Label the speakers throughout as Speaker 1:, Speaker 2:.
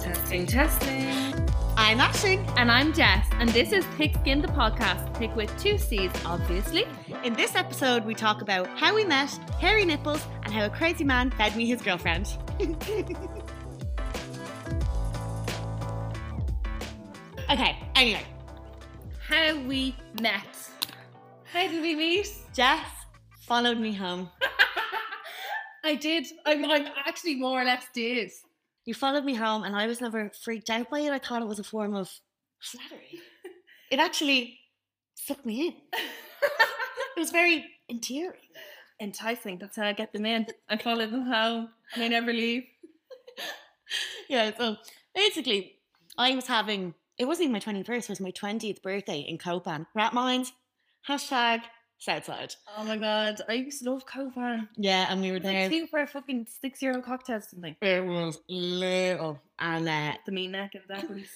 Speaker 1: Testing, testing.
Speaker 2: I'm Ashing.
Speaker 3: And I'm Jess, and this is Pigskin the podcast. Pig with two C's, obviously.
Speaker 2: In this episode, we talk about how we met, hairy nipples, and how a crazy man fed me his girlfriend. okay, anyway,
Speaker 3: How we met. How did we meet?
Speaker 2: Jess followed me home.
Speaker 3: I did. I'm, I'm actually more or less did.
Speaker 2: You followed me home, and I was never freaked out by it. I thought it was a form of flattery. It actually sucked me in. It was very endearing.
Speaker 3: Enticing. That's how I get them in. I follow them home, and I never leave.
Speaker 2: yeah, so basically, I was having it wasn't even my 21st, it was my 20th birthday in Copan. Rat Mines, hashtag Southside.
Speaker 3: Oh my god, I used to love Covan.
Speaker 2: Yeah, and we were
Speaker 3: Like
Speaker 2: there.
Speaker 3: two for a fucking six-year-old cocktail or something.
Speaker 2: It was little. And, uh,
Speaker 3: The mean neck and backwards.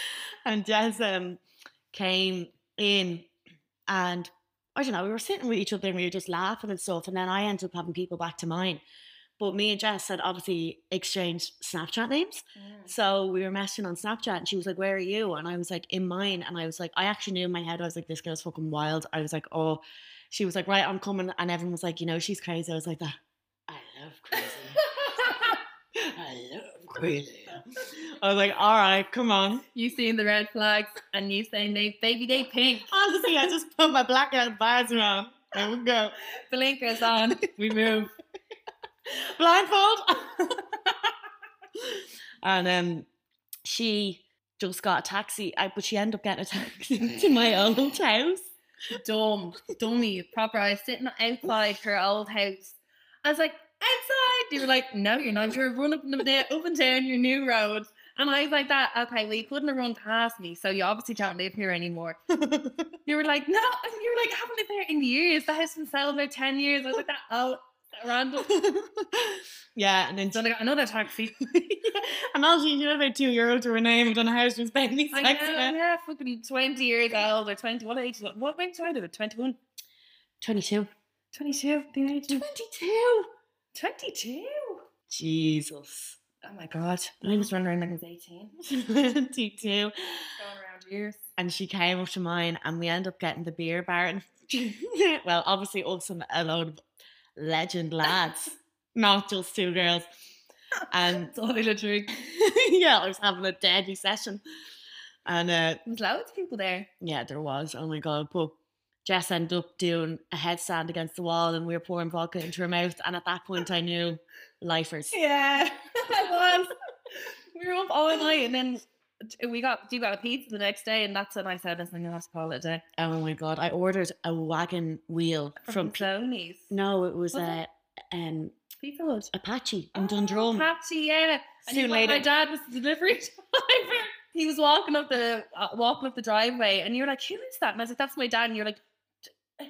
Speaker 2: and Jess um, came in and I don't know, we were sitting with each other and we were just laughing and stuff. And then I ended up having people back to mine. But me and Jess had obviously exchanged Snapchat names. So we were messaging on Snapchat and she was like, Where are you? And I was like, In mine. And I was like, I actually knew in my head, I was like, This girl's fucking wild. I was like, Oh, she was like, Right, I'm coming. And everyone was like, You know, she's crazy. I was like, "Ah, I love crazy. I love crazy. I was like, All right, come on.
Speaker 3: you seeing the red flags, and you saying they baby they pink
Speaker 2: Honestly, I just put my black out bars around. There we go.
Speaker 3: blinkers on.
Speaker 2: We move. Blindfold. and um, she just got a taxi, I, but she ended up getting a taxi to my old house.
Speaker 3: dumb, dummy, proper. I was sitting outside her old house. I was like, outside. You were like, no, you're not. You're running up and down, up and down your new road. And I was like, that, okay, well, you couldn't have run past me. So you obviously don't live here anymore. You were like, no. And you were like, I haven't lived here in years. The house been selling about 10 years. I was like, that, oh, that random.
Speaker 2: yeah, and then
Speaker 3: So I got another taxi.
Speaker 2: and also you know about two euro to her name. I don't know how she was paying these
Speaker 3: I know,
Speaker 2: taxes.
Speaker 3: yeah, fucking 20 years old or 20. What age? is it? What age was I? 21?
Speaker 2: Twenty-two.
Speaker 3: 22? The age of
Speaker 2: Twenty-two.
Speaker 3: 22?
Speaker 2: Jesus.
Speaker 3: Oh my god. I was wondering like I was 18.
Speaker 2: Twenty-two.
Speaker 3: Going around years.
Speaker 2: And she came up to mine, and we end up getting the beer barn. well, obviously, also a load of legend lads, not just two girls. And
Speaker 3: It's all a drink.
Speaker 2: yeah, I was having a deadly session. And uh,
Speaker 3: There's loads of people there.
Speaker 2: yeah, there was. Oh my god! But Jess ended up doing a headstand against the wall, and we were pouring vodka into her mouth. And at that point, I knew lifers.
Speaker 3: Yeah. I was. We were up all night and then t- we got do got a pizza the next day and that's when I said listen, I'm gonna have to call it a day.
Speaker 2: Oh my god! I ordered a wagon wheel from.
Speaker 3: From
Speaker 2: P-
Speaker 3: Sony's.
Speaker 2: no, it was
Speaker 3: Was
Speaker 2: a
Speaker 3: it?
Speaker 2: um,
Speaker 3: Pizza Hut.
Speaker 2: Apache in Dundrum.
Speaker 3: Patsy, yeah. And
Speaker 2: Soon
Speaker 3: you know what?
Speaker 2: later.
Speaker 3: My dad was the delivery driver. He was walking up the uh, walking up the driveway, and you were like, "Who is that?" And I was like, "That's my dad." And you're like, "D- uh,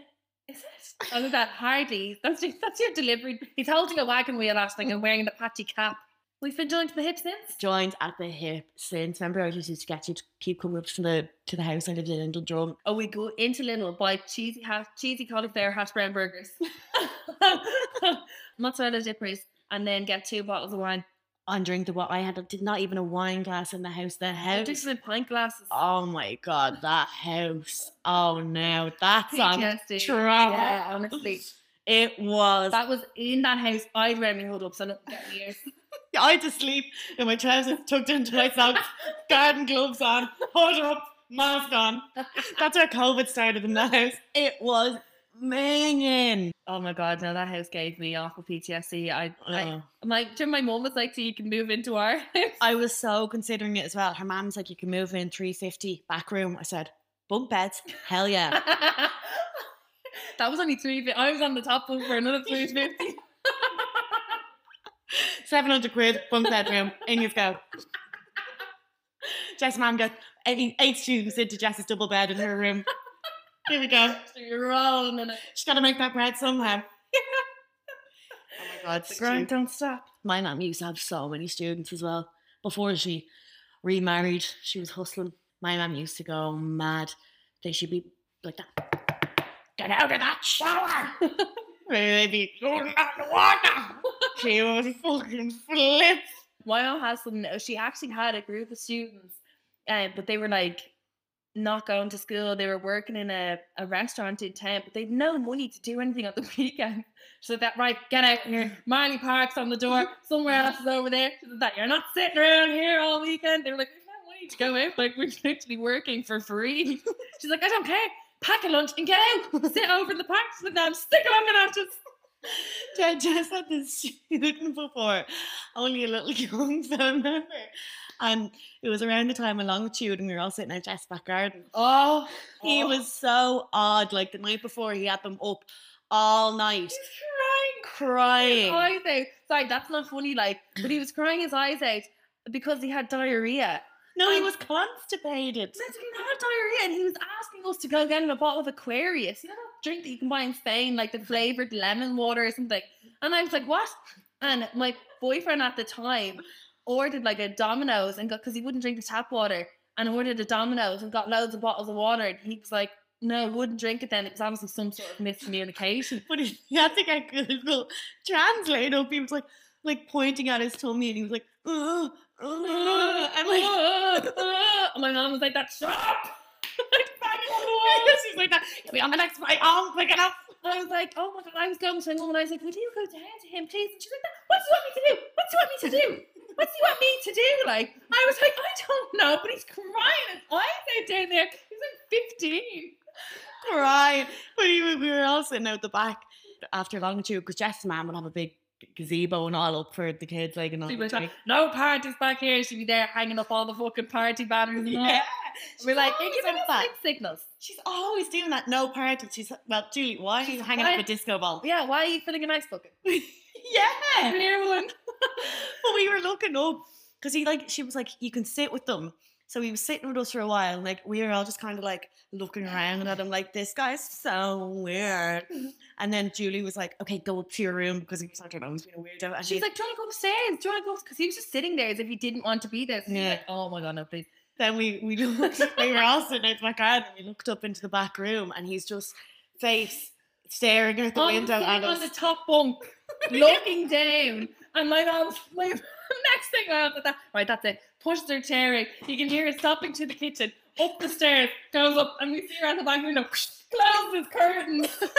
Speaker 3: "Is it?" I was like, "That hardly. That's your, that's your delivery." He's holding a wagon wheel last thing and wearing the patchy cap. We've been joined to the hip since.
Speaker 2: joined at the hip since. Remember, I just used to get you to keep coming up to the to the house I lived in in Dundrum.
Speaker 3: Oh, we go into Lidl buy cheesy hash, cheesy cauliflower hash brown burgers, mozzarella dippers, and then get two bottles of wine.
Speaker 2: And drink the what I had did not even a wine glass in the house. The
Speaker 3: I
Speaker 2: house.
Speaker 3: just in pint glasses.
Speaker 2: Oh my god, that house. Oh no, that's on
Speaker 3: PTSD.
Speaker 2: travel.
Speaker 3: Yeah, honestly.
Speaker 2: It was.
Speaker 3: That was in that house. I'd wear my hood up, so I don't get any ears.
Speaker 2: I had to sleep in my trousers tucked into my socks, garden gloves on, hood up, mask on. That's where COVID started in the house. It was minging.
Speaker 3: Oh my god, no, that house gave me awful PTSD. I, I
Speaker 2: Oh.
Speaker 3: my do you know my mom was like, so you can move into our house.
Speaker 2: I was so considering it as well. Her mom's like, you can move in 350 back room. I said, bunk beds, hell yeah.
Speaker 3: that was only three fifty. I was on the top one for another three fifty.
Speaker 2: 700 quid, bunk bedroom, in you go. Jess' mom got eight, eight students into Jess's double bed in her room. Here we go.
Speaker 3: so you're rolling in it.
Speaker 2: She's got to make that bread somehow. oh my God.
Speaker 3: The grind don't stop.
Speaker 2: My mom used to have so many students as well. Before she remarried, she was hustling. My mom used to go mad. They should be like that. get out of that shower. Baby, going down the water. she was fucking flipped.
Speaker 3: My mom has something. oh, She actually had a group of students, uh, but they were like not going to school. They were working in a, a restaurant in town, but they'd no money to do anything on the weekend. So that right, get out here. Marley Park's on the door. Somewhere else is over there. She said that you're not sitting around here all weekend. They were like, "There's no money to go out. Like we're literally working for free. She's like, I don't care. Pack a lunch and get out. Sit over in the park. She's like, no, I'm stick along and I'm just
Speaker 2: I just had this student before, only a little young film member. And it was around the time of longitude, and we were all sitting in Jeff's back garden.
Speaker 3: oh.
Speaker 2: He was so odd. Like the night before, he had them up all night
Speaker 3: crying his
Speaker 2: crying.
Speaker 3: eyes out. Sorry, that's not funny. Like, but he was crying his eyes out because he had diarrhea.
Speaker 2: no, he
Speaker 3: I'm-
Speaker 2: was constipated.
Speaker 3: He had diarrhea, and he was asking us to go get him a bottle of Aquarius. You know that drink that you can buy in Spain, like the flavored lemon water or something. And I was like, what? And my boyfriend at the time ordered like a Domino's and got because he wouldn't drink the tap water, and ordered a Domino's and got loads of bottles of water. And he was like, no, wouldn't drink it. Then it was obviously some sort of miscommunication.
Speaker 2: But he he had to get Google Translate up. He was like, like pointing at his tummy, and he was like, "Ugh, ugh," and like.
Speaker 3: my mom was like, that shut up.
Speaker 2: She's like that. You'll be on the next flight. Oh, pick it up.
Speaker 3: I was like, oh my god, I was going to him and I was like, would you go down to him, please? And she's like, what do you want me to do? What do you want me to do? What do you want me to do? Like, I was like, I don't know, but he's crying his eyes out down there. He's like 15.
Speaker 2: Right. But he, we were all sitting out the back after longitude because Jess's mum would have a big gazebo and all up for the kids, like and all.
Speaker 3: She was
Speaker 2: the
Speaker 3: like, no parties back here. She'd be there hanging up all the fucking party banners and all.
Speaker 2: yeah.
Speaker 3: We're like, "Oh,
Speaker 2: She's
Speaker 3: you're giving
Speaker 2: always at
Speaker 3: us
Speaker 2: the back.
Speaker 3: mixed signals.
Speaker 2: She's always doing that. No party. She's well, Julie. Why are
Speaker 3: She's
Speaker 2: you hanging up
Speaker 3: fine.
Speaker 2: a disco ball?
Speaker 3: Yeah, why are you filling an ice bucket?
Speaker 2: yeah.
Speaker 3: Near one.
Speaker 2: but we were looking up because he like she was like you can sit with them so he was sitting with us for a while and like we were all just kind of like looking around at him like this guy's so weird
Speaker 3: Mm-hmm.
Speaker 2: and then julie was like okay go up to your room because he's like i've always been a weirdo and
Speaker 3: She's like, do you want to go upstairs? Do you want to go? Because he was just sitting there as if he didn't want to be there. So she's
Speaker 2: Yeah.
Speaker 3: like, oh my god, no, please.
Speaker 2: then we we looked we were all sitting out the back garden and we looked up into the back room and he's just face staring at the
Speaker 3: I'm
Speaker 2: window
Speaker 3: Oh, sitting
Speaker 2: at
Speaker 3: on the
Speaker 2: us
Speaker 3: top bunk, looking down, and my mom's my next thing I have that. Right, that's it. Pushes her chair in. You can hear her stopping to the kitchen, up the stairs, goes up, and we see her at the back window. Closes curtains. she was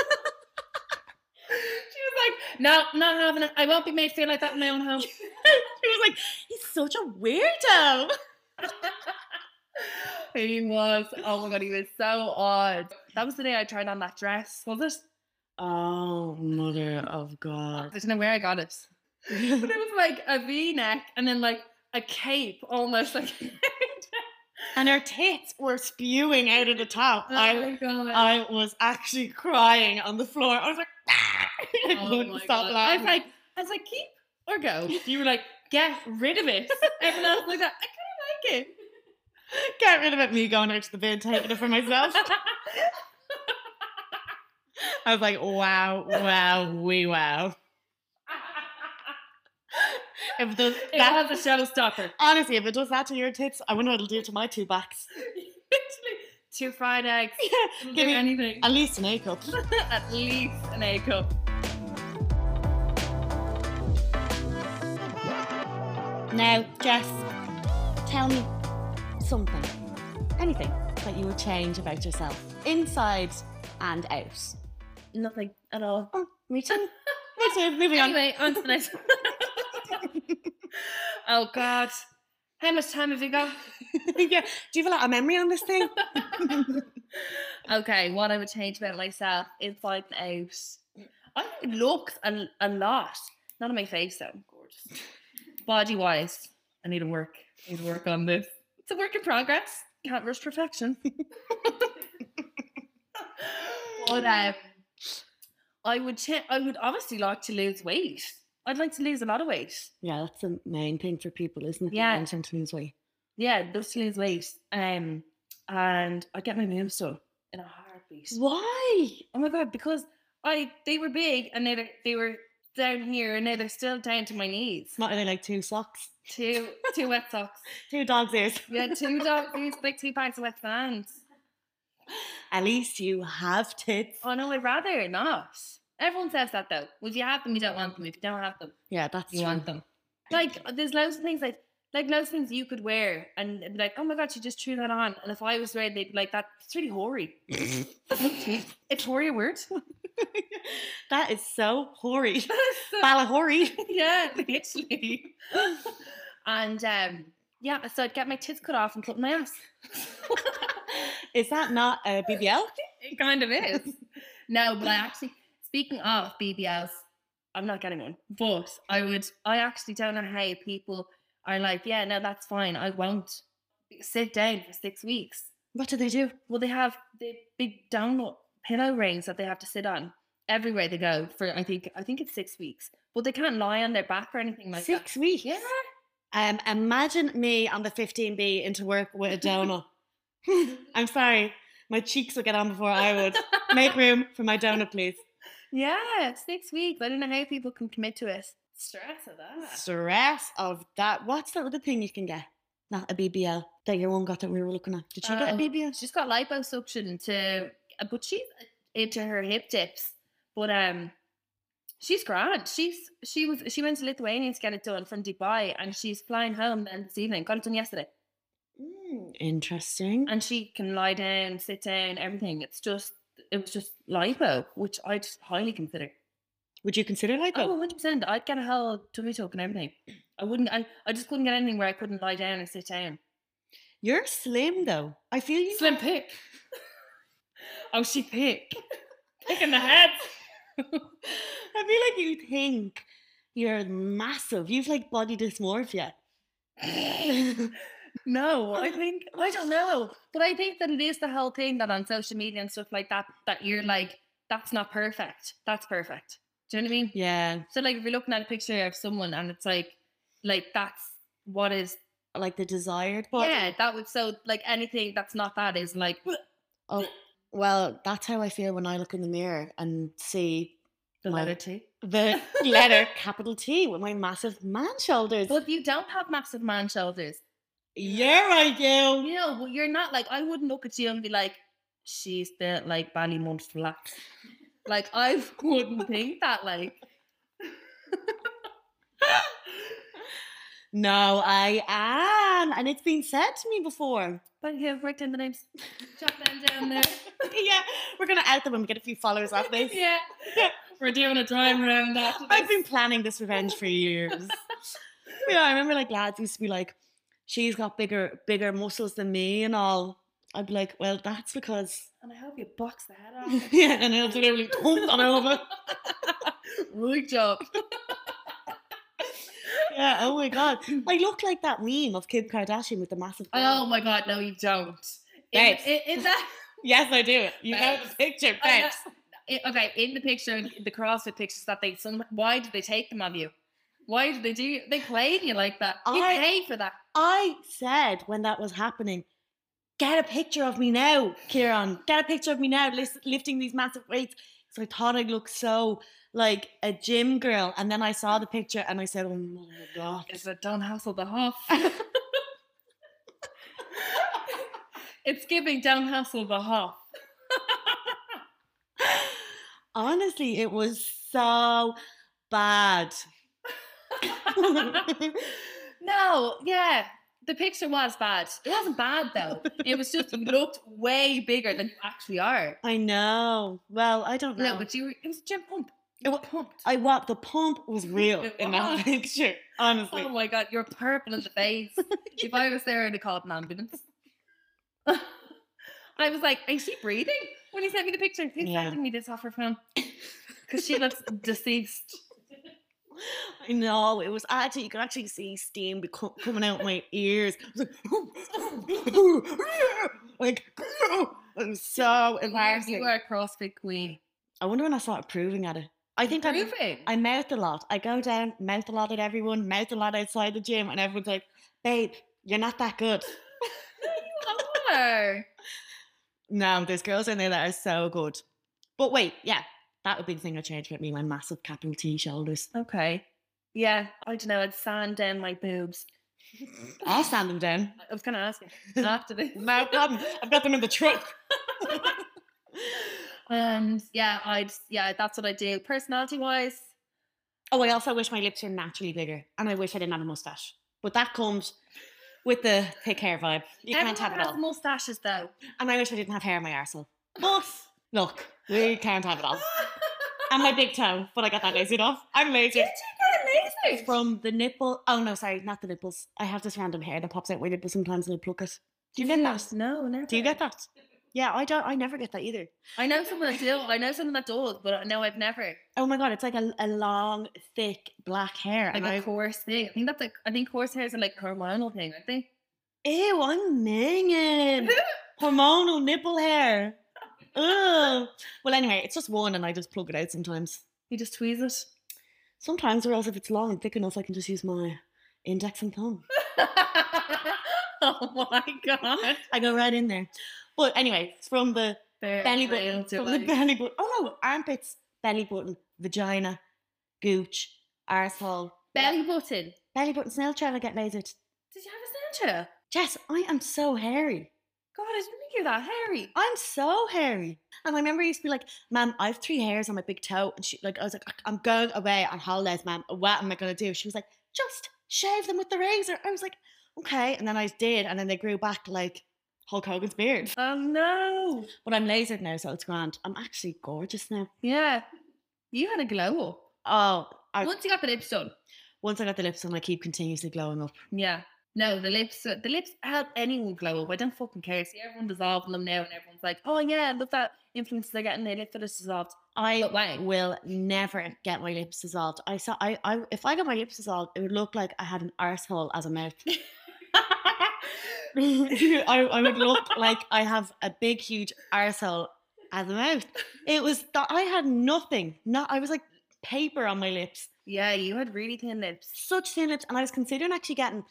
Speaker 3: like, "No, not having it. I won't be made feel like that in my own home."
Speaker 2: he was like he's such a weirdo
Speaker 3: he was. Oh my god, he was so odd. That was the day I tried on that dress. Was it?
Speaker 2: oh mother of
Speaker 3: I
Speaker 2: god
Speaker 3: don't know where I got it. But it was like a V neck and then like a cape almost like
Speaker 2: and her tits were spewing out of the top. I
Speaker 3: god.
Speaker 2: I was actually crying on the floor. I was like, I couldn't stop
Speaker 3: Oh I
Speaker 2: laughing.
Speaker 3: was like I was like keep or go. You were like, get rid of it. Everyone else was like that. I kinda like it.
Speaker 2: Get rid of it. Me going out to the bin, taking it for myself. I was like, wow, wow, we wow. If does
Speaker 3: it
Speaker 2: that,
Speaker 3: was a showstopper.
Speaker 2: honestly, if it does that to your tits, I wonder what it'll do to my two backs.
Speaker 3: Literally two fried eggs. It'll
Speaker 2: Give
Speaker 3: do
Speaker 2: me
Speaker 3: anything.
Speaker 2: At least an A cup.
Speaker 3: At least an A cup.
Speaker 2: Now, Jess, tell me something, anything that you would change about yourself, inside and out.
Speaker 3: Nothing at all.
Speaker 2: Oh, me too. me too. Moving on.
Speaker 3: Anyway, on to the next. oh God, how much time have you got?
Speaker 2: yeah. Do you have a lot of memory on this thing?
Speaker 3: Okay, what I would change about myself inside and out. I think looks a, a lot. Not on my face though. Gorgeous. Body wise, I need to work. I need to work on this. It's a work in progress. Can't rush perfection. but um, I would. Cha- I would obviously like to lose weight. I'd like to lose a lot of weight.
Speaker 2: yeah, that's the main thing for people, isn't it?
Speaker 3: Yeah.
Speaker 2: They tend to lose weight.
Speaker 3: Yeah, those two lose weight. Um, and I get my moves done in a heartbeat.
Speaker 2: Why?
Speaker 3: Oh my god, because I they were big and they they were down here and now they're still down to my knees.
Speaker 2: Not only like two socks,
Speaker 3: Two two wet socks.
Speaker 2: two dog's ears.
Speaker 3: Yeah, two dog food, like two bags of wet sand.
Speaker 2: At least you have tits.
Speaker 3: Oh no, I'd rather not. Everyone says that though. If you have them, you don't want them. If you don't have them,
Speaker 2: Yeah, that's
Speaker 3: you
Speaker 2: true.
Speaker 3: want them. Like there's loads of things like like loads of things you could wear and it'd be like, oh my god, she just threw that on. And if I was wearing, they'd be like, that's really hoary. it's hoary a word.
Speaker 2: that is so hoary.
Speaker 3: So-
Speaker 2: Balahori.
Speaker 3: yeah, literally. and um, yeah, so I'd get my tits cut off and clip my ass.
Speaker 2: Is that not a BBL?
Speaker 3: It kind of is. no, but I actually, speaking of BBLs, I'm not getting one. But I would, I actually don't know how people are like, yeah, no, that's fine. I won't sit down for six weeks.
Speaker 2: What do they do?
Speaker 3: Well, they have the big download pillow rings that they have to sit on everywhere they go for. I think I think it's six weeks, but they can't lie on their back or anything like
Speaker 2: Six
Speaker 3: that.
Speaker 2: weeks.
Speaker 3: Yeah,
Speaker 2: Um, imagine me on the 15B into work with a donut. I'm sorry, my cheeks will get on before I would. Make room for my donut, please.
Speaker 3: yeah, six weeks. I don't know how people can commit to it. Stress of that.
Speaker 2: Stress of that. What's that other thing you can get? Not a BBL that your one got that we were looking at. Did she get a
Speaker 3: Oh.
Speaker 2: BBL?
Speaker 3: She's got liposuction to, uh, but she's into her hip dips. But um, she's grand. She's she was she went to Lithuania to get it done from Dubai, and she's flying home then this evening. Got it done yesterday.
Speaker 2: Mm, interesting.
Speaker 3: Hmm. and she can lie down, sit down, everything. It's just it was just lipo, which I'd highly consider.
Speaker 2: Would you consider like
Speaker 3: Oh, 100 percent. I'd get a whole tummy tuck and everything. I wouldn't. I, I just couldn't get anything where I couldn't lie down and sit down.
Speaker 2: You're slim though. I feel you.
Speaker 3: Slim pick. oh, she pick. Pick in the head.
Speaker 2: I feel like you think you're massive. You've like body dysmorphia.
Speaker 3: No, I think I don't know, but I think that it is the whole thing that on social media and stuff like that that you're like that's not perfect. That's perfect. Do you know what I mean?
Speaker 2: yeah,
Speaker 3: So like if you're looking at a picture of someone and it's like like that's what is
Speaker 2: like the desired body.
Speaker 3: yeah, that would so like anything that's not that is like
Speaker 2: Oh, well, that's how I feel when I look in the mirror and see
Speaker 3: the
Speaker 2: Well,
Speaker 3: letter T.
Speaker 2: the letter capital T with my massive man shoulders.
Speaker 3: But if you don't have massive man shoulders,
Speaker 2: yeah, I do.
Speaker 3: you know, well, you're not like I wouldn't look at you and be like, she's built like Ballymun flat. like I wouldn't think that like
Speaker 2: No, I am, and it's been said to me before.
Speaker 3: but yeah, right in the names. Chop them down there.
Speaker 2: yeah, we're gonna out them when we get a few followers off this.
Speaker 3: yeah. We're doing a time around after this.
Speaker 2: I've been planning this revenge for years. yeah, I remember like lads used to be like, "She's got bigger, bigger muscles than me," and all. I'd be like, "Well, that's because."
Speaker 3: And I hope you box the head off.
Speaker 2: yeah, and I'll literally come on over.
Speaker 3: Right job.
Speaker 2: Yeah. Oh my god, I look like that meme of Kim Kardashian with the massive.
Speaker 3: Oh my god, no, you don't. In,
Speaker 2: Babes.
Speaker 3: in, in that,
Speaker 2: Yes, I do. You
Speaker 3: know the
Speaker 2: picture,
Speaker 3: I know- i- okay, in the picture, in the CrossFit pictures that they, some, why did they take them of you? Why did they do? They played you like that. You
Speaker 2: I-
Speaker 3: paid for that.
Speaker 2: I said when that was happening, get a picture of me now, Kieran. Get a picture of me now, lis- lifting these massive weights. So I thought I'd look so like a gym girl, and then I saw the picture and I said, "Oh my god."
Speaker 3: It's a Don Hassel the Hoff. it's giving Don Hassel the Hoff.
Speaker 2: Honestly, it was so bad.
Speaker 3: no, yeah. The picture was bad. It wasn't bad though. It was just you looked way bigger than you actually are.
Speaker 2: I know. Well, I don't know.
Speaker 3: No, but you were, it was Jim Pump.
Speaker 2: It wa-
Speaker 3: pumped.
Speaker 2: I what the pump was real
Speaker 3: It
Speaker 2: in that
Speaker 3: was.
Speaker 2: picture. Honestly.
Speaker 3: Oh my god, you're purple in the face. If I was there, I'd have called an ambulance. I was like, is she breathing? When he sent me the picture, he's
Speaker 2: Yeah.
Speaker 3: sending me this off her phone. Because she looks deceased.
Speaker 2: I know it was actually you could actually see steam be co- coming out my ears. It was like, like it was so
Speaker 3: You
Speaker 2: embarrassing.
Speaker 3: are a CrossFit queen.
Speaker 2: I wonder when I started proving at it. I think I
Speaker 3: Proving.
Speaker 2: I mouth a lot. I go down, mouth a lot at everyone, mouth a lot outside the gym, and everyone's like, "Babe, you're not that good."
Speaker 3: You are.
Speaker 2: No, there's girls in there that are so good. But wait, yeah, that would be the thing I changed with me. My massive capital T shoulders.
Speaker 3: Okay. Yeah, I don't know. I'd sand down my boobs.
Speaker 2: I'll stand them down.
Speaker 3: I was going to ask you after this.
Speaker 2: No problem. I've got them in the truck.
Speaker 3: and Um, yeah, I'd yeah, that's what I do. Personality wise,
Speaker 2: Oh, I also wish my lips were naturally bigger, and I wish I didn't have a mustache. But that comes with the thick hair vibe. You can't have it
Speaker 3: everyone
Speaker 2: all.
Speaker 3: has mustaches though.
Speaker 2: and I wish I didn't have hair in my arsehole. But look, we can't have it all.
Speaker 3: Oh.
Speaker 2: And my big toe, but I got that lasered off. I'm lazy.
Speaker 3: amazing.
Speaker 2: From the nipple. Oh no, sorry, not the nipples. I have this random hair that pops out my nipple sometimes, and I pluck it. Do you get that?
Speaker 3: No, never.
Speaker 2: Do you get that? Yeah, I don't. I never get that either.
Speaker 3: I know someone that do. I know someone that does, but uh, no, I've never.
Speaker 2: Oh my god, it's like a, a long, thick black hair.
Speaker 3: Like
Speaker 2: and
Speaker 3: a
Speaker 2: I-
Speaker 3: coarse thing. I think that's like I think coarse hairs are like hormonal thing, aren't they?
Speaker 2: Ew, I'm minging. Hormonal nipple hair. Ugh. Well, anyway, it's just one, and I just plug it out sometimes.
Speaker 3: You just tweeze it.
Speaker 2: Sometimes, or else if it's long and thick enough, I can just use my index and thumb.
Speaker 3: oh my god.
Speaker 2: I go right in there. But anyway, it's from the
Speaker 3: They're
Speaker 2: belly
Speaker 3: real
Speaker 2: button,
Speaker 3: to
Speaker 2: from the
Speaker 3: life.
Speaker 2: belly button. Oh no, armpits, belly button, vagina, gooch, arsehole,
Speaker 3: belly button.
Speaker 2: belly button, snail trail. I get lasered.
Speaker 3: Did you have a Snapchat?
Speaker 2: Jess, I am so hairy.
Speaker 3: God, I didn't think you were that hairy.
Speaker 2: I'm so hairy. And I remember I used to be like, Ma'am, I have three hairs on my big toe. And she like I was like, I'm going away on holidays, ma'am. What am I gonna do? She was like, just shave them with the razor. I was like, okay. And then I did, and then they grew back like Hulk Hogan's beard.
Speaker 3: Oh no.
Speaker 2: But I'm lasered now, so it's grand. I'm actually gorgeous now.
Speaker 3: Yeah. You had a glow up.
Speaker 2: Oh, I,
Speaker 3: Once you got the lips done.
Speaker 2: once I got the lips on, I keep continuously glowing up.
Speaker 3: Yeah. No, the lips uh, the lips help anyone glow up. I don't fucking care. See everyone dissolving them now and everyone's like, oh yeah, look that influence they're getting, their lips are just dissolved.
Speaker 2: I
Speaker 3: But why?
Speaker 2: will never get my lips dissolved. I saw I, I if I got my lips dissolved, it would look like I had an arsehole as a mouth. I, I would look like I have a big, huge arsehole as a mouth. It was that I had nothing. Not I was like paper on my lips,
Speaker 3: yeah, you had really thin lips.
Speaker 2: such thin lips, and I was considering actually getting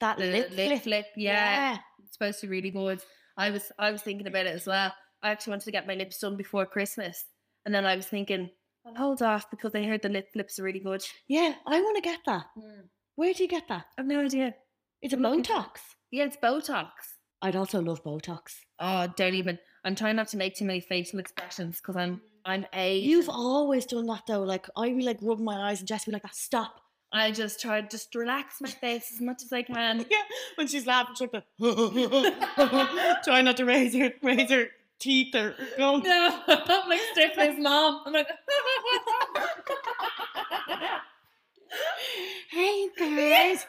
Speaker 2: that
Speaker 3: The
Speaker 2: lip
Speaker 3: lip
Speaker 2: lift.
Speaker 3: flip, yeah. It's supposed to be really good. I was I was thinking about it as well. I actually wanted to get my lips done before Christmas. And then I was thinking, I'll hold off because I heard the lip flips are really good.
Speaker 2: yeah. I want to get that.
Speaker 3: Mm.
Speaker 2: Where do you get that?
Speaker 3: I've no idea.
Speaker 2: It's a
Speaker 3: I'm looking for-
Speaker 2: Botox.
Speaker 3: Yeah, it's Botox.
Speaker 2: I'd also love Botox.
Speaker 3: Oh, don't even. I'm trying not to make too many facial expressions because I'm I'm a.
Speaker 2: You've always done that though. Like I be like rub my eyes and Jess be like, "Stop."
Speaker 3: I just try to just relax my face as much as I can.
Speaker 2: Yeah. When she's laughing, she's like, the try not to raise your raise your teeth or go.
Speaker 3: No, I'm like Stephanie's mom. I'm like.
Speaker 2: Hey guys,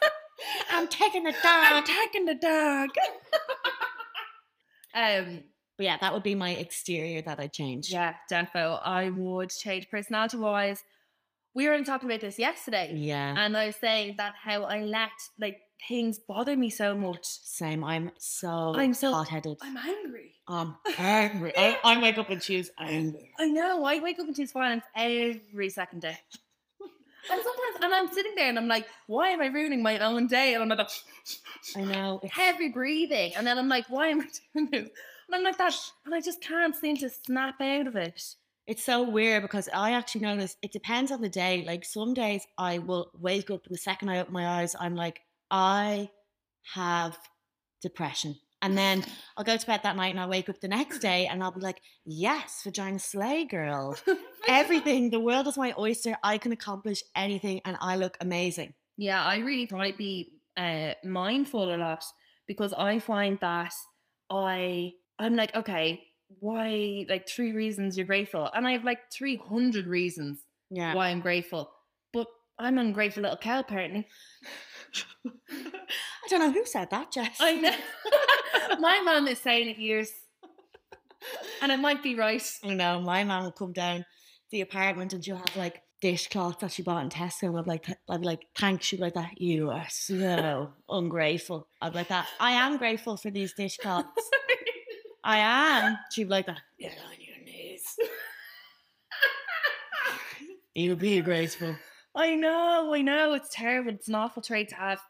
Speaker 2: I'm taking a dog.
Speaker 3: taking the dog. um.
Speaker 2: But yeah, that would be my exterior that I'd change.
Speaker 3: Yeah, Defo. I would change personality wise. We were only talking about this yesterday,
Speaker 2: Yeah.
Speaker 3: and I was saying that how I let like things bother me so much.
Speaker 2: Same. I'm so
Speaker 3: I'm so-
Speaker 2: hot-headed.
Speaker 3: I'm angry.
Speaker 2: I'm angry. I, I wake up and choose angry.
Speaker 3: I know. I wake up and choose violence every second day. And sometimes, and I'm sitting there and I'm like, why am I ruining my own day? And I'm like,
Speaker 2: I know. it's-
Speaker 3: heavy breathing. And then I'm like, why am I doing this? And I'm like that, but I just can't seem to snap out of it.
Speaker 2: It's so weird because I actually notice it depends on the day. Like some days I will wake up and the second I open my eyes, I'm like, I have depression. And then I'll go to bed that night and I wake up the next day and I'll be like, yes, vagina slay girl. Everything, the world is my oyster. I can accomplish anything and I look amazing.
Speaker 3: Yeah, I really try to be uh, mindful a lot because I find that I I'm like okay, why like three reasons you're grateful, and I have like three hundred reasons
Speaker 2: Yeah.
Speaker 3: why I'm grateful, but I'm an ungrateful little cow apparently.
Speaker 2: I don't know who said that, Jess.
Speaker 3: I know my mum is saying it years, and it might be right.
Speaker 2: You know, my mom will come down to the apartment and she'll have like dishcloths that she bought in Tesco and I'd like th- I'd be like, thanks, she'd be like that. You are so ungrateful. I'd be like that. I am grateful for these dishcloths. I am. She'd be like that. Get on your knees. You'll be grateful.
Speaker 3: I know, I know, it's terrible. It's an awful trait to have.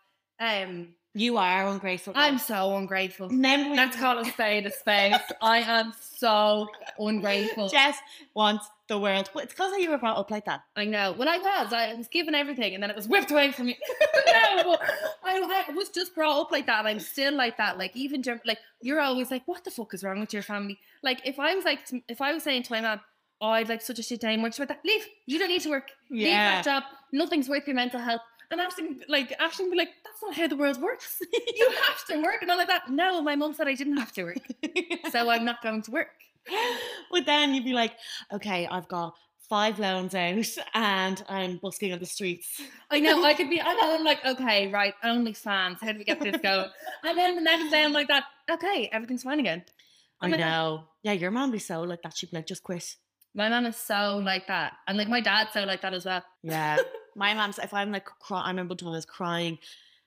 Speaker 3: Um,
Speaker 2: You are ungrateful.
Speaker 3: I'm
Speaker 2: girl.
Speaker 3: so ungrateful.
Speaker 2: Remember we-
Speaker 3: Let's call a spade a spade. I am so ungrateful.
Speaker 2: Jess wants the world. But it's because you were brought up like that.
Speaker 3: I know. When I was, I was given everything, and then it was whipped away from me. no, but I, I was just brought up like that. and I'm still like that. Like even dur- like you're always like, what the fuck is wrong with your family? Like if I was like, to- if I was saying to my mom, oh, I'd like such a shit day, and work with that, leave. You don't need to work. Leave that job. Nothing's worth your mental health. And Ashton, like Ashton, would be like, that's not how the world works. you have to work and all like that. No, my mom said I didn't have to work, so I'm not going to work.
Speaker 2: but then you'd be like, okay, I've got five loans out and I'm busking on the streets.
Speaker 3: I know I could be. I know I'm like, okay, right, OnlyFans. How do we get this going? and then the next day I'm like that. Okay, everything's fine again.
Speaker 2: I
Speaker 3: I'm like,
Speaker 2: know. "Oh, Yeah, your mom be so like that. She'd be like, just quit.
Speaker 3: My mom is so like that, and like my dad's so like that as well.
Speaker 2: Yeah. my mom's, if I'm like, cry, I remember when I was crying,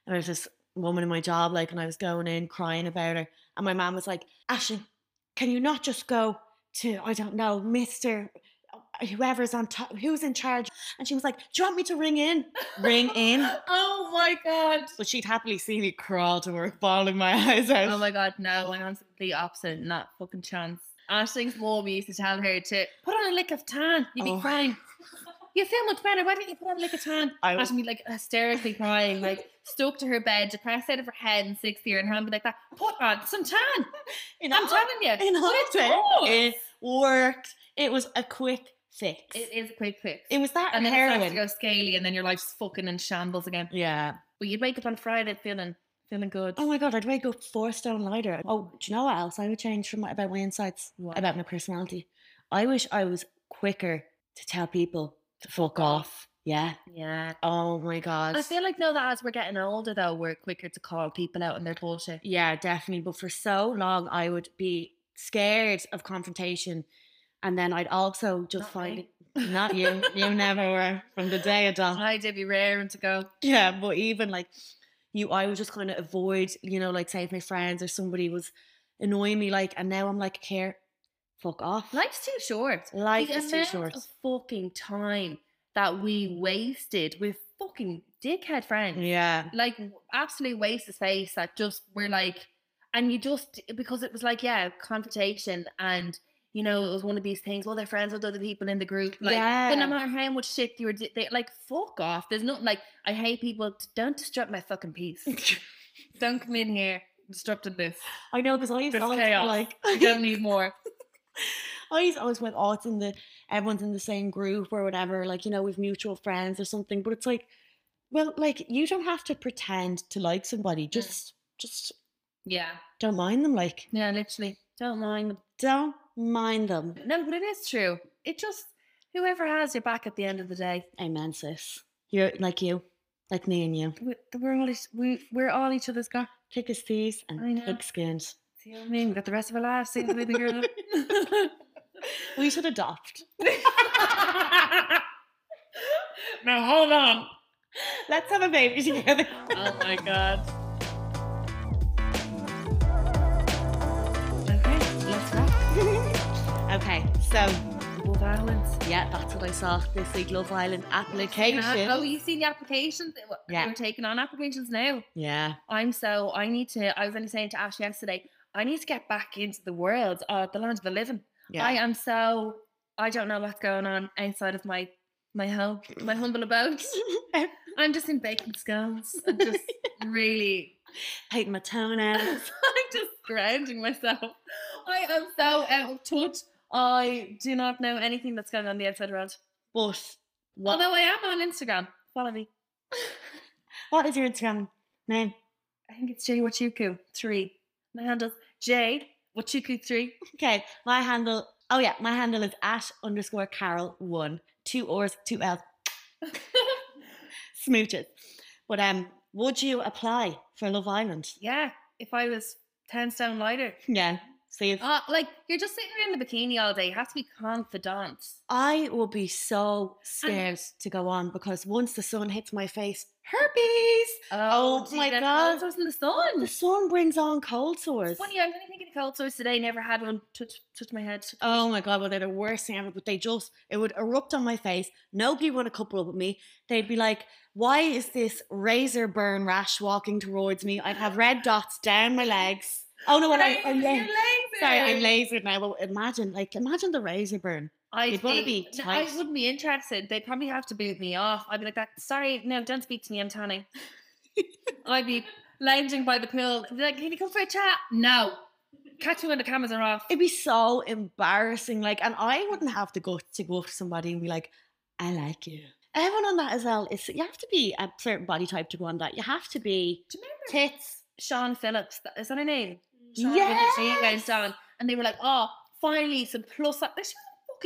Speaker 2: and there was this woman in my job, like, and I was going in crying about her. And my mom was like, Ashley, can you not just go to, I don't know, Mr. Whoever's on top, who's in charge? And she was like, Do you want me to ring in? Ring in.
Speaker 3: oh my god.
Speaker 2: But she'd happily see me crawl to work, bawling my eyes out.
Speaker 3: Oh my god, no, my mom's the opposite, not fucking chance. Ashley's mom used to tell her to put on a lick of tan, you'd be
Speaker 2: Oh.
Speaker 3: crying. You feel much better, why don't you put on a lick of tan?
Speaker 2: I was-
Speaker 3: Ashley would be like hysterically crying, like stuck to her bed, depressed out of her head in sixth year, and her mom be like that, put on some tan,
Speaker 2: in
Speaker 3: I'm
Speaker 2: hot-
Speaker 3: telling you.
Speaker 2: in
Speaker 3: it's
Speaker 2: hospital,
Speaker 3: worse.
Speaker 2: it worked. It was a quick fix.
Speaker 3: It is a quick fix.
Speaker 2: It was that
Speaker 3: and then
Speaker 2: and
Speaker 3: it starts to go
Speaker 2: heroin.
Speaker 3: scaly, and then your life's fucking in shambles again.
Speaker 2: Yeah.
Speaker 3: But you'd wake up on Friday feeling feeling good.
Speaker 2: Oh my god, I'd wake up four stone lighter. Oh, do you know what else I would change from my, about my insights
Speaker 3: What?
Speaker 2: about my personality? I wish I was quicker to tell people to fuck off. Yeah.
Speaker 3: yeah.
Speaker 2: Oh my god.
Speaker 3: I feel like now that as we're getting older though, we're quicker to call people out on their bullshit.
Speaker 2: Yeah, definitely. But for so long, I would be scared of confrontation, and then I'd also just
Speaker 3: Not
Speaker 2: find
Speaker 3: me.
Speaker 2: it. Not you. you never were from the day of dawn.
Speaker 3: Hi, Debbie Raring to go.
Speaker 2: Yeah, but even like you, I would just kind of avoid, you know, like say if my friends or somebody was annoying me, like, and now I'm like, care, fuck off.
Speaker 3: Life's too short.
Speaker 2: Life
Speaker 3: the
Speaker 2: is too
Speaker 3: amount
Speaker 2: short.
Speaker 3: Of fucking time that we wasted with fucking dickhead friends.
Speaker 2: Yeah,
Speaker 3: Like w- absolute waste of space that just we're like and you just because it was like, yeah, confrontation and you know, it was one of these things. All their friends with other people in the group, like, but
Speaker 2: Yeah.
Speaker 3: no matter how much shit you were, di- they like, fuck off. There's nothing like, I hate people. t- Don't disrupt my fucking peace. don't come in here disrupting this.
Speaker 2: I know because I used to
Speaker 3: There's
Speaker 2: always be
Speaker 3: chaos.
Speaker 2: like,
Speaker 3: You don't need more.
Speaker 2: I used to always went, oh, it's in the everyone's in the same group or whatever, like you know, with mutual friends or something. But it's like, well, like you don't have to pretend to like somebody. Just, just
Speaker 3: Yeah,
Speaker 2: don't mind them. Like,
Speaker 3: yeah, literally. Don't mind them.
Speaker 2: don't mind them.
Speaker 3: No, but it is true. It just whoever has your back at the end of the day.
Speaker 2: Amen, sis. You're like you, like me and you.
Speaker 3: We, we're all each- we, we're all each other's got.
Speaker 2: Thick as thieves
Speaker 3: I know.
Speaker 2: and thick skins.
Speaker 3: See what I mean? We got the rest of our lives. See the way the girl.
Speaker 2: We should adopt.
Speaker 3: now hold on.
Speaker 2: Let's have a baby together.
Speaker 3: Oh my god. Okay, let's wrap.
Speaker 2: okay, so
Speaker 3: Love Island.
Speaker 2: yeah, that's what I saw this week. Love Island application.
Speaker 3: Oh, you seen the applications? They were-
Speaker 2: Yeah.
Speaker 3: They're taking on applications now.
Speaker 2: Yeah.
Speaker 3: I'm so I need to. I was only saying to Ash yesterday. I need to get back into the world, uh, the land of the living.
Speaker 2: Yeah.
Speaker 3: I am so. I don't know what's going on outside of my my home, my humble abode. I'm just in baking scones. I'm just really.
Speaker 2: Painting my toenails.
Speaker 3: I'm just grounding myself. I am so out of touch. I do not know anything that's going on in the outside world.
Speaker 2: But what,
Speaker 3: Although I am on Instagram. Follow me.
Speaker 2: what is your Instagram name?
Speaker 3: I think it's J Wachuku three. My handle's J Wachuku three.
Speaker 2: Okay, my handle. Oh yeah, my handle is ash underscore carol one. Two R's, two L's. Smooches. But um, would you apply for Love Island?
Speaker 3: Yeah, if I was 10 stone lighter.
Speaker 2: Yeah. Oh. See if
Speaker 3: Uh, like, you're just sitting there in the bikini all day. You have to be confident.
Speaker 2: I will be so scared to go on because once the sun hits my face, herpes. Oh
Speaker 3: gee,
Speaker 2: my
Speaker 3: that
Speaker 2: God.
Speaker 3: cold sores in the
Speaker 2: The
Speaker 3: sun.
Speaker 2: sun brings on cold sores.
Speaker 3: Funny, I'm only thinking of cold sores today. Never had one. Touch, touch my head.
Speaker 2: Oh my god, well they're the worst thing ever, but they just it would erupt on my face. Nobody would want to couple up with me. They'd be like, Why is this razor burn rash walking towards me? I'd have red dots down my legs. Oh no, and I, I'm
Speaker 3: Your
Speaker 2: la-
Speaker 3: legs
Speaker 2: sorry, I'm
Speaker 3: out.
Speaker 2: lasered now, but imagine like imagine the razor burn.
Speaker 3: I
Speaker 2: You'd wanna
Speaker 3: think-
Speaker 2: be
Speaker 3: no, I
Speaker 2: tight.
Speaker 3: wouldn't be interested. They'd probably have to boot me off. I'd be like that. Sorry, no, don't speak to me. I'm tanning. I'd be lounging by the pool. Be like, can you come for a chat? No. Catch me when the cameras are off.
Speaker 2: It'd be so embarrassing. Like, and I wouldn't have the guts to go up to somebody and be like, I like you. Everyone on that as well is you have to be a certain body type to go on that. You have to be
Speaker 3: Do you remember
Speaker 2: tits.
Speaker 3: Sean Phillips? That, is that her name?
Speaker 2: Yes.
Speaker 3: She goes down, and they were like, oh, finally some plus size. She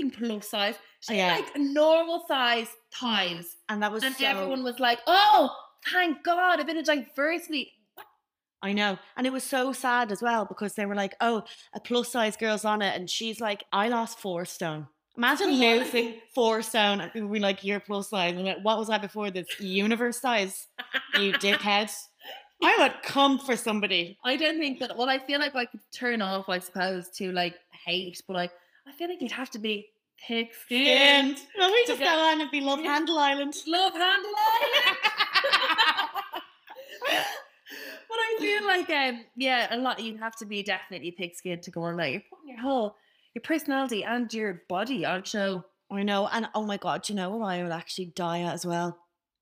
Speaker 3: wasn't fucking plus size. She
Speaker 2: Oh, Yeah.
Speaker 3: had like normal size thighs.
Speaker 2: And that was
Speaker 3: And
Speaker 2: so-
Speaker 3: everyone was like, oh, thank God, a bit of diversity.
Speaker 2: I know. And it was so sad as well because they were like, oh, a plus size girl's on it. And she's like, I lost four stone. Imagine losing four stone and people being like, you're plus size. And like, what was I before this? Universe size, you dickhead. I would come for somebody.
Speaker 3: I don't think that. Well, I feel like I could turn off, I suppose, to like hate, but like I feel like you'd have to be thick skinned.
Speaker 2: And well, we just
Speaker 3: get-
Speaker 2: go on and be Love
Speaker 3: Yeah.
Speaker 2: Handle Island.
Speaker 3: Love handle. it. but I feel like, um, yeah, a lot. You'd have to be definitely thick skinned to go on. Like you're putting your whole your personality and your body on show.
Speaker 2: I know. And oh my God, do you know what I would actually die at as well?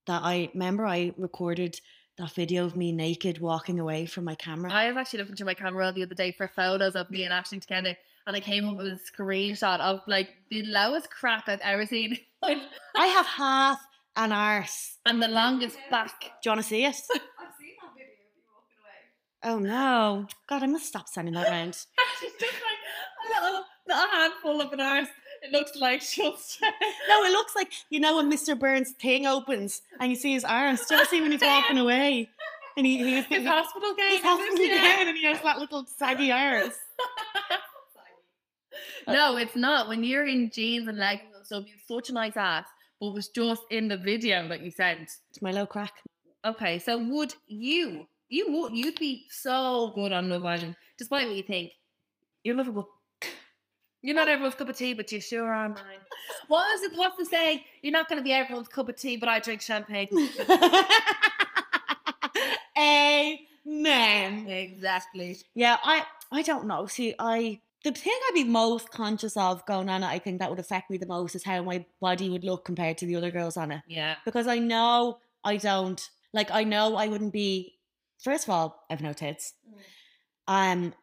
Speaker 2: That I remember I recorded that video of me naked walking away from my camera.
Speaker 3: I was actually looking through my camera the other day for photos of me and Ashley together, and I came up with a screenshot of like the lowest crap I've ever seen,
Speaker 2: I have half an arse.
Speaker 3: and the longest back.
Speaker 2: Do you want to see
Speaker 1: I've
Speaker 2: it?
Speaker 1: seen that video of you walking away.
Speaker 2: Oh no. God, I must stop sending that round.
Speaker 3: She's just like a little, little handful of an arse. It looks like she'll say.
Speaker 2: No, it looks like, you know, when Mr. Burns' thing opens and you see his arms. Do you ever see when he's walking away? And he, he was
Speaker 3: His
Speaker 2: thinking,
Speaker 3: hospital gown.
Speaker 2: he's halfway down and he has that little saggy arse.
Speaker 3: No, it's not. When you're in jeans and leggings, and stuff, you've such a nice ass, but it was just in the video that you sent.
Speaker 2: It's my low crack.
Speaker 3: Okay, so would you? You would. You'd be so good on Love Island, despite what you think. You're lovable. You're not everyone's cup of tea, but you sure are mine. What is it supposed to say? You're not going to be everyone's cup of tea, but I drink champagne.
Speaker 2: Amen.
Speaker 3: exactly.
Speaker 2: Yeah, I I don't know. See, I the thing I'd be most conscious of going on it, I think that would affect me the most is how my body would look compared to the other girls on it.
Speaker 3: Yeah.
Speaker 2: because I know I don't like I know I wouldn't be first of all, I've no tits.
Speaker 3: Mm,
Speaker 2: Um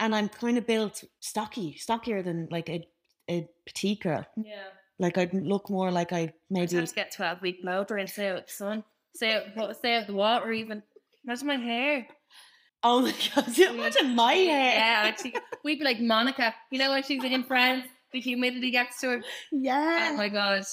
Speaker 2: and I'm kind of built stocky, stockier than like a, a petite girl.
Speaker 3: Yeah.
Speaker 2: Like I'd look more like I
Speaker 3: Maybe
Speaker 2: maybe
Speaker 3: just get twelve week blow dry and stay out the sun, stay out, what- stay out the water even. Imagine my hair.
Speaker 2: Oh my god,
Speaker 3: Mm.
Speaker 2: imagine my hair.
Speaker 3: Yeah, actually, we'd be like Monica. You know when she's in France, the humidity gets to her.
Speaker 2: Yeah.
Speaker 3: Oh my gosh.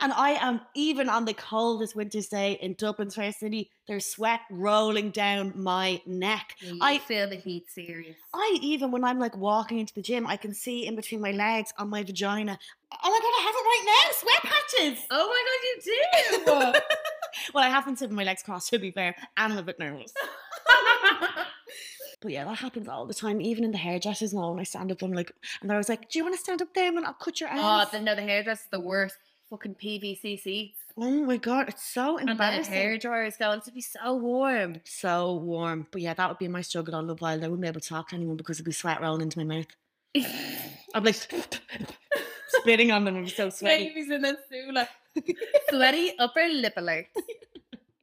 Speaker 2: And I am even on the coldest winter's day in Dublin's fair city, there's sweat rolling down my neck.
Speaker 3: Yeah, you
Speaker 2: I- Oh.
Speaker 3: feel the heat serious.
Speaker 2: I even when I'm like walking into the gym, I can see in between my legs on my vagina. Oh my god, I have it right now, sweat patches.
Speaker 3: Oh my god, you do.
Speaker 2: Well, I haven't said my legs crossed, to be fair, and I'm a bit nervous. But yeah, that happens all the time, even in the hairdressers now. When I stand up, I'm like, and they're always like, Do you want to stand up there and I'll cut your
Speaker 3: oh,
Speaker 2: ass?
Speaker 3: the, no, the hairdresser's the worst. Fucking PVCC.
Speaker 2: Oh my god, it's so
Speaker 3: And then the
Speaker 2: embarrassing.
Speaker 3: hairdryer is going to be so warm.
Speaker 2: so warm. But yeah, that would be my struggle on Love Island. I wouldn't be able to talk to anyone because it'd be sweat rolling into my mouth. I'd be like spitting on them. I'm so sweaty.
Speaker 3: Babies in a sula. Sweaty upper lip alert.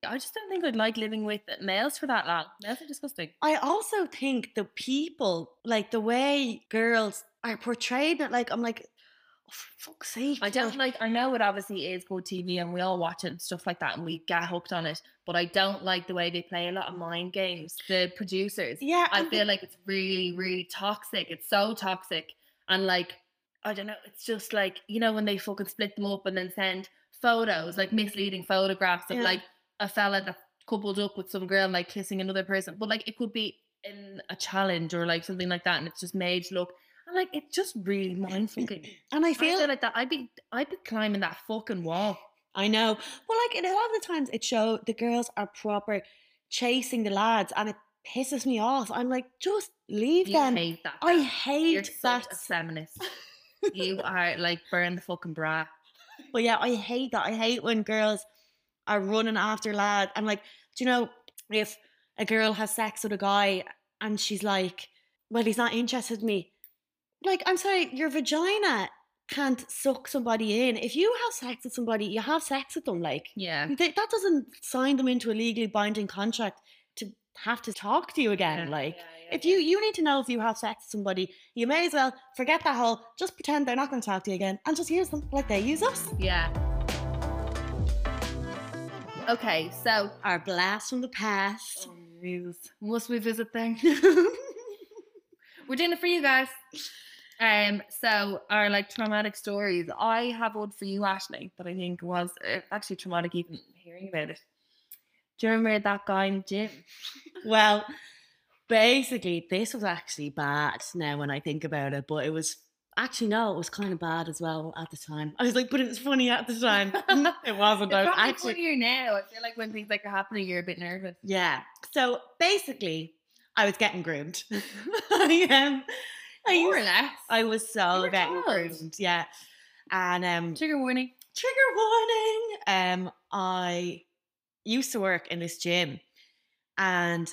Speaker 3: I just don't think I'd like living with males for that long. Males are disgusting.
Speaker 2: I also think the people, like the way girls are portrayed, like I'm like, oh, for fuck's sake.
Speaker 3: I don't
Speaker 2: like,
Speaker 3: like. I know it obviously is good TV, and we all watch it and stuff like that, and we get hooked on it. But I don't like the way they play a lot of mind games. The producers,
Speaker 2: Yeah,
Speaker 3: I
Speaker 2: and the-
Speaker 3: feel like it's really, really toxic. It's so toxic, and like I don't know. It's just like you know when they fucking split them up and then send photos, like misleading photographs of
Speaker 2: Yeah.
Speaker 3: like a fella that coupled up with some girl and like kissing another person. But like it could be in a challenge or like something like that, and it's just made look. And like it's just really mind fucking.
Speaker 2: and I
Speaker 3: I
Speaker 2: feel
Speaker 3: feel like that. I'd be, I'd be climbing that fucking wall.
Speaker 2: I know. But like in a lot of the times it show the girls are proper chasing the lads and it pisses me off. I'm like, just leave
Speaker 3: You
Speaker 2: them.
Speaker 3: hate that.
Speaker 2: I
Speaker 3: girl.
Speaker 2: hate
Speaker 3: You're such
Speaker 2: that.
Speaker 3: a feminist. you are like burn the fucking bra.
Speaker 2: But yeah, I hate that. I hate when girls are running after lads. I'm like, do you know if a girl has sex with a guy and she's like, well, he's not interested in me. Like, I'm sorry, your vagina can't suck somebody in. If you have sex with somebody, you have sex with them. Like,
Speaker 3: Yeah.
Speaker 2: they, that doesn't sign them into a legally binding contract to have to talk to you again.
Speaker 3: yeah,
Speaker 2: Like,
Speaker 3: yeah, yeah,
Speaker 2: if
Speaker 3: yeah.
Speaker 2: you you need to know if you have sex with somebody, you may as well forget that whole just pretend they're not going to talk to you again and just use them like they use us.
Speaker 3: Yeah. Okay, so
Speaker 2: Our blast from the
Speaker 3: Oh.
Speaker 2: past.
Speaker 3: must we visit then? We're doing it for you guys. Um, so our like traumatic stories. I have one for you, Ashley, that I think was uh, actually traumatic even hearing about it. Do you remember that guy in the gym?
Speaker 2: well, basically, this was actually bad now when I think about it, but it was actually no, it was kind of bad as well at the time. I was like, but it was funny at the time. Mm, it wasn't.
Speaker 3: It's
Speaker 2: I was
Speaker 3: probably
Speaker 2: actually
Speaker 3: funnier now. I feel like when things like are happening, you're a bit nervous.
Speaker 2: Yeah. So basically, I was getting groomed. I am. I,
Speaker 3: More or
Speaker 2: used,
Speaker 3: less.
Speaker 2: I was
Speaker 3: You
Speaker 2: so
Speaker 3: were
Speaker 2: getting
Speaker 3: drugged.
Speaker 2: groomed. Yeah. And um,
Speaker 3: Trigger warning.
Speaker 2: trigger warning. Um, I used to work in this gym, and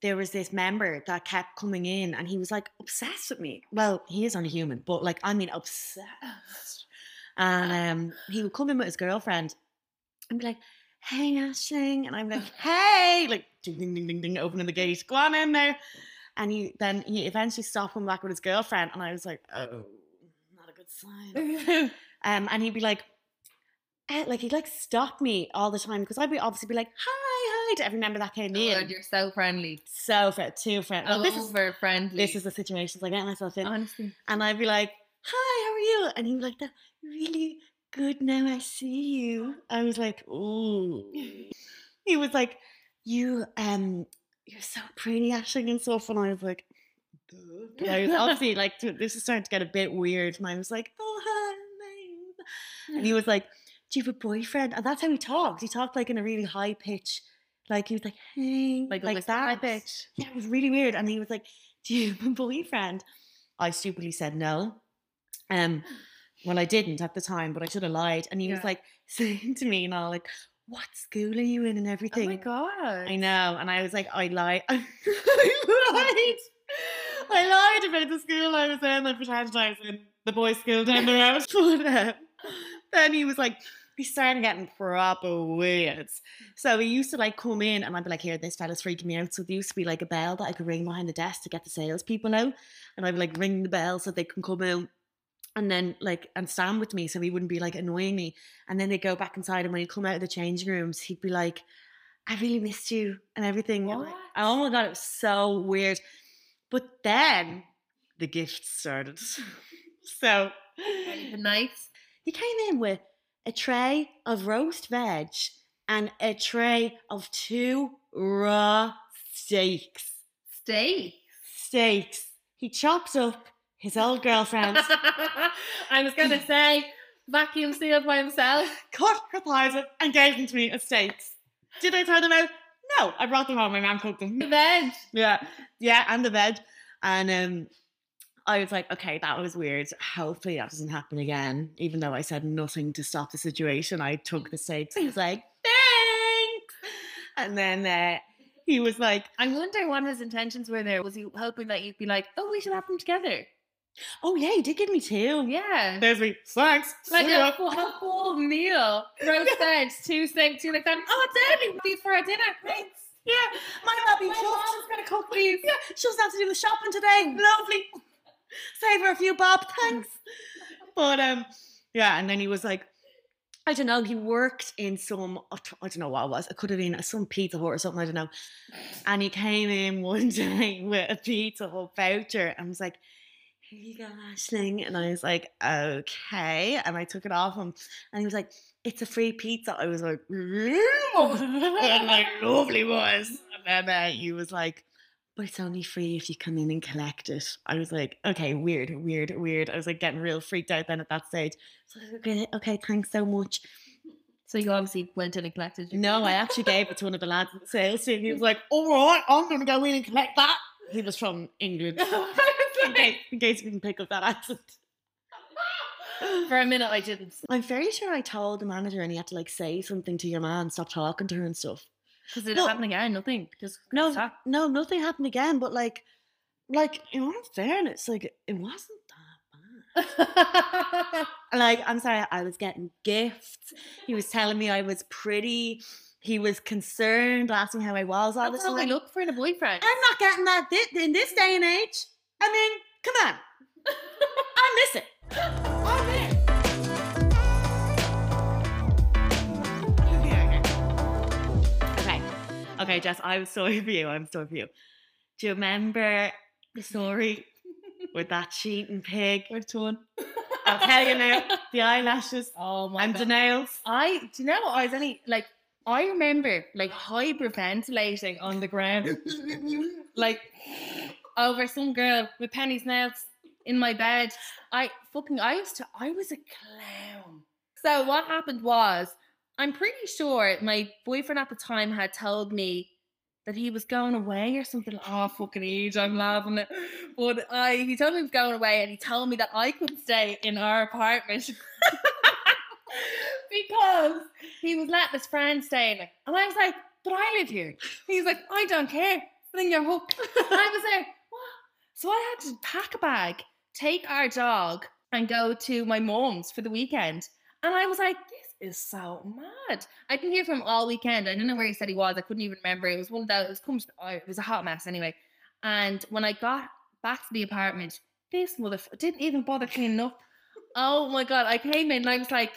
Speaker 2: there was this member that kept coming in, and he was like obsessed with me. Well, he is only human, but like I mean obsessed. And um, he would come in with his girlfriend, and be like, "Hey, Ashling," and I'm like, "Hey," like ding ding ding ding ding, opening the gate, go on in there. And he then he eventually stopped coming back with his girlfriend, and I was like, "Oh, not a good
Speaker 3: Oh
Speaker 2: sign." Um, and he'd be like, eh, like he'd like stop me all the time because I'd be obviously be like, hi, hi to every member that came
Speaker 3: God,
Speaker 2: in.
Speaker 3: you're so friendly.
Speaker 2: so fit, too fit. Well, this is
Speaker 3: Over friendly.
Speaker 2: this is the situations I get myself in,
Speaker 3: honestly.
Speaker 2: and I'd be like, hi, how are you? And he'd be like, that really good now I see you. I was like, ooh. he was like, you um, you're so pretty, Ashley, and stuff. And I was like. "Duh." And I was obviously like th- this is starting to get a bit weird, and I was like, "Oh, hi, my and he was like, Do you have a boyfriend? And that's how he talked. He talked like in a really high pitch. Like he was like, hey,
Speaker 3: like,
Speaker 2: like,
Speaker 3: like
Speaker 2: that.
Speaker 3: that bitch.
Speaker 2: Yeah, it was really weird. And he was like, Do you have a boyfriend? I stupidly said no. Um, well, I didn't at the time, but I should have lied. And he
Speaker 3: Yeah.
Speaker 2: was like saying to me and all like, What school are you in and
Speaker 3: Oh
Speaker 2: everything?
Speaker 3: my god.
Speaker 2: I know. And I was like, I lied. I lied. I lied about the school I was in. I pretended I was in the boys' school down the road. But, uh, then he was like, he started getting proper weird. So he used to like come in and I'd be like, here, this fella's freaking me out. So there used to be like a bell that I could ring behind the desk to get the salespeople out. And I'd be like, ring the bell so they can come out. And then, like, and stand with me so he wouldn't be like annoying me. And then they go back inside, and when he'd come out of the changing rooms, he'd be like, I really missed you and everything. and, like,
Speaker 3: What?
Speaker 2: oh my God, it was so weird. But then the gift started. so
Speaker 3: The nights.
Speaker 2: he came in with a tray of roast veg and a tray of two raw steaks.
Speaker 3: Stay.
Speaker 2: Steaks. He chopped up his old girlfriend,
Speaker 3: I was gonna say vacuum sealed by himself.
Speaker 2: cut her thighs up, and gave them to me as steaks. Did I throw them out? No, I brought them home. My mom cooked them.
Speaker 3: Revenge.
Speaker 2: Yeah, yeah, and the bed. And um, I was like, okay, that was weird. Hopefully that doesn't happen again. Even though I said nothing to stop the situation, I took the stakes. He was like, thanks. And then uh, he was like,
Speaker 3: I wonder what his intentions were there. Was he hoping that you'd be like, oh, we should have them together?
Speaker 2: oh yeah, he did give me two.
Speaker 3: Yeah.
Speaker 2: There's me. Thanks.
Speaker 3: Like
Speaker 2: see
Speaker 3: a
Speaker 2: ya."
Speaker 3: full, a full meal. Roast veg, two steaks, two like that. Oh, Daddy, these for our dinner. Thanks.
Speaker 2: yeah, my mummy
Speaker 3: My
Speaker 2: just.
Speaker 3: mom's gonna cook these.
Speaker 2: Yeah, she doesn't have to do the shopping today. Lovely. Save her a few bob, thanks. But um, yeah, and then he was like, I don't know, he worked in some I tr- I don't know what it was. It could have been some pizza hut or something, I don't know. And he came in one day with a pizza hut voucher and was like, Here you go, Ashling. And I was like, Okay. And I took it off him and he was like, It's a free pizza. I was like, "Really?" and like lovely was. And then uh, he was like, but it's only free if you come in and collect it. I was like, okay, weird, weird, weird. I was like getting real freaked out then at that stage. So I was like, okay, okay, thanks so much.
Speaker 3: So you obviously went in and collected. your-
Speaker 2: No, I actually gave it to one of the lads in the sales team. He was like, all right, I'm going to go in and collect that. He was from England,
Speaker 3: I
Speaker 2: in
Speaker 3: was like-
Speaker 2: case, in case we can pick up that accent.
Speaker 3: For a minute, I didn't.
Speaker 2: I'm fairly sure I told the manager and he had to like say something to your man, stop talking to her and stuff.
Speaker 3: Because it
Speaker 2: No.
Speaker 3: happened again, nothing. Just
Speaker 2: No,
Speaker 3: stop.
Speaker 2: no, nothing happened again, but like, like, in all fairness, like, it wasn't that bad. like I'm sorry, I was getting gifts. He was telling me I was pretty. He was concerned, asking how I was all the
Speaker 3: That's all I
Speaker 2: time.
Speaker 3: look for in a boyfriend.
Speaker 2: I'm not getting that thi- in this day and age. I mean, come on, I miss it. I miss it. Okay, okay, okay, okay, Jess. I'm sorry for you. I'm sorry for you. Do you remember the story with that cheating pig?
Speaker 3: Which one?
Speaker 2: I'll tell you now. The eyelashes
Speaker 3: Oh my
Speaker 2: and
Speaker 3: god.
Speaker 2: the nails.
Speaker 3: I do you know what I was only like I remember like hyperventilating on the ground like over some girl with penny's nails in my bed. I fucking I used to I was a clown. So what happened was I'm pretty sure my boyfriend at the time had told me that he was going away or something. Oh fucking age, I'm laughing it. But I he told me he was going away and he told me that I could stay in our apartment. because he was letting his friend stay in it. And I was like, but I live here. He's like, I don't care. Bring your hook. I was like, what? So I had to pack a bag, take our dog, and go to my mom's for the weekend. And I was like, this is so mad. I didn't hear from him all weekend. I don't know where he said he was. I couldn't even remember. It was one of those, it was, come, oh, it was a hot mess anyway. And when I got back to the apartment, this motherfucker didn't even bother cleaning up. Oh my God. I came in and I was like,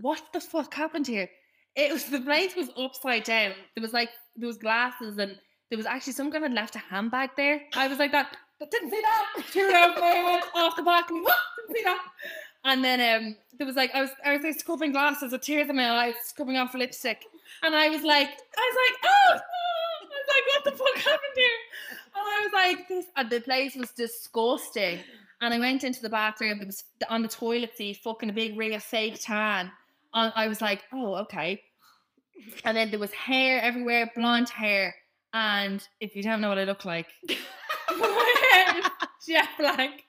Speaker 3: what the fuck happened here? It was the place was upside down. There was like, there was glasses and there was actually some guy had left a handbag there. I was like that, but didn't see that. Threw it out my head off the balcony. What? Didn't see that. And then um, there was like I was I was like scrubbing glasses with tears in my eyes, scrubbing off lipstick, and I was like I was like oh, I was like what the fuck happened here? And I was like this, and the place was disgusting. And I went into the bathroom. There was on the toilet seat, fucking a big ring of fake tan. And I was like, oh okay. And then there was hair everywhere, blonde hair. And if you don't know what I look like, my hair is jet black.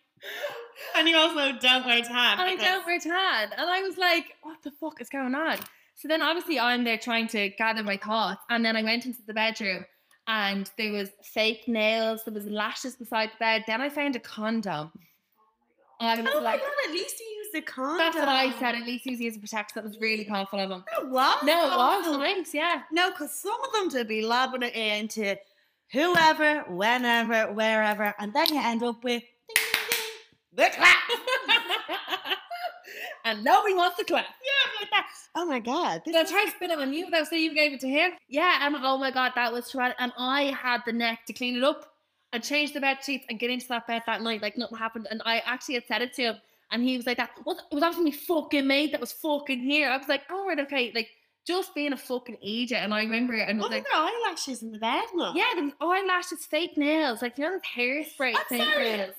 Speaker 2: And you also don't wear tan.
Speaker 3: And I don't wear tan. And I was like, what the fuck is going on? So then obviously I'm there trying to gather my thoughts. And then I went into the bedroom and there was fake nails, there was lashes beside the bed. Then I found a condom. I was like,
Speaker 2: Oh at least you used the condom.
Speaker 3: that's what I said. At least he's using protect. That was really confident of him.
Speaker 2: No, it was.
Speaker 3: No, it was. Thanks, yeah.
Speaker 2: No, because some of them to be lobbing it into whoever, whenever, wherever, and then you end up with ding, ding, ding, the clap.
Speaker 3: and nobody wants to clap.
Speaker 2: oh my god, this
Speaker 3: That's right, spin it on you. That's so you gave it to him. Yeah, and oh my god, that was traumatic. And I had the neck to clean it up and change the bed sheets and get into that bed that night like nothing happened. And I actually had said it to him, and he was like, "That was it was obviously me fucking mate that was fucking here." I was like, "All right, okay," like just being a fucking idiot. And I remember it, and I
Speaker 2: look
Speaker 3: was
Speaker 2: at
Speaker 3: like,
Speaker 2: the eyelashes in the bed now.
Speaker 3: "Yeah, the eyelashes, fake nails, like you know, the hairspray,
Speaker 2: I'm
Speaker 3: fake
Speaker 2: sorry. When
Speaker 3: nails."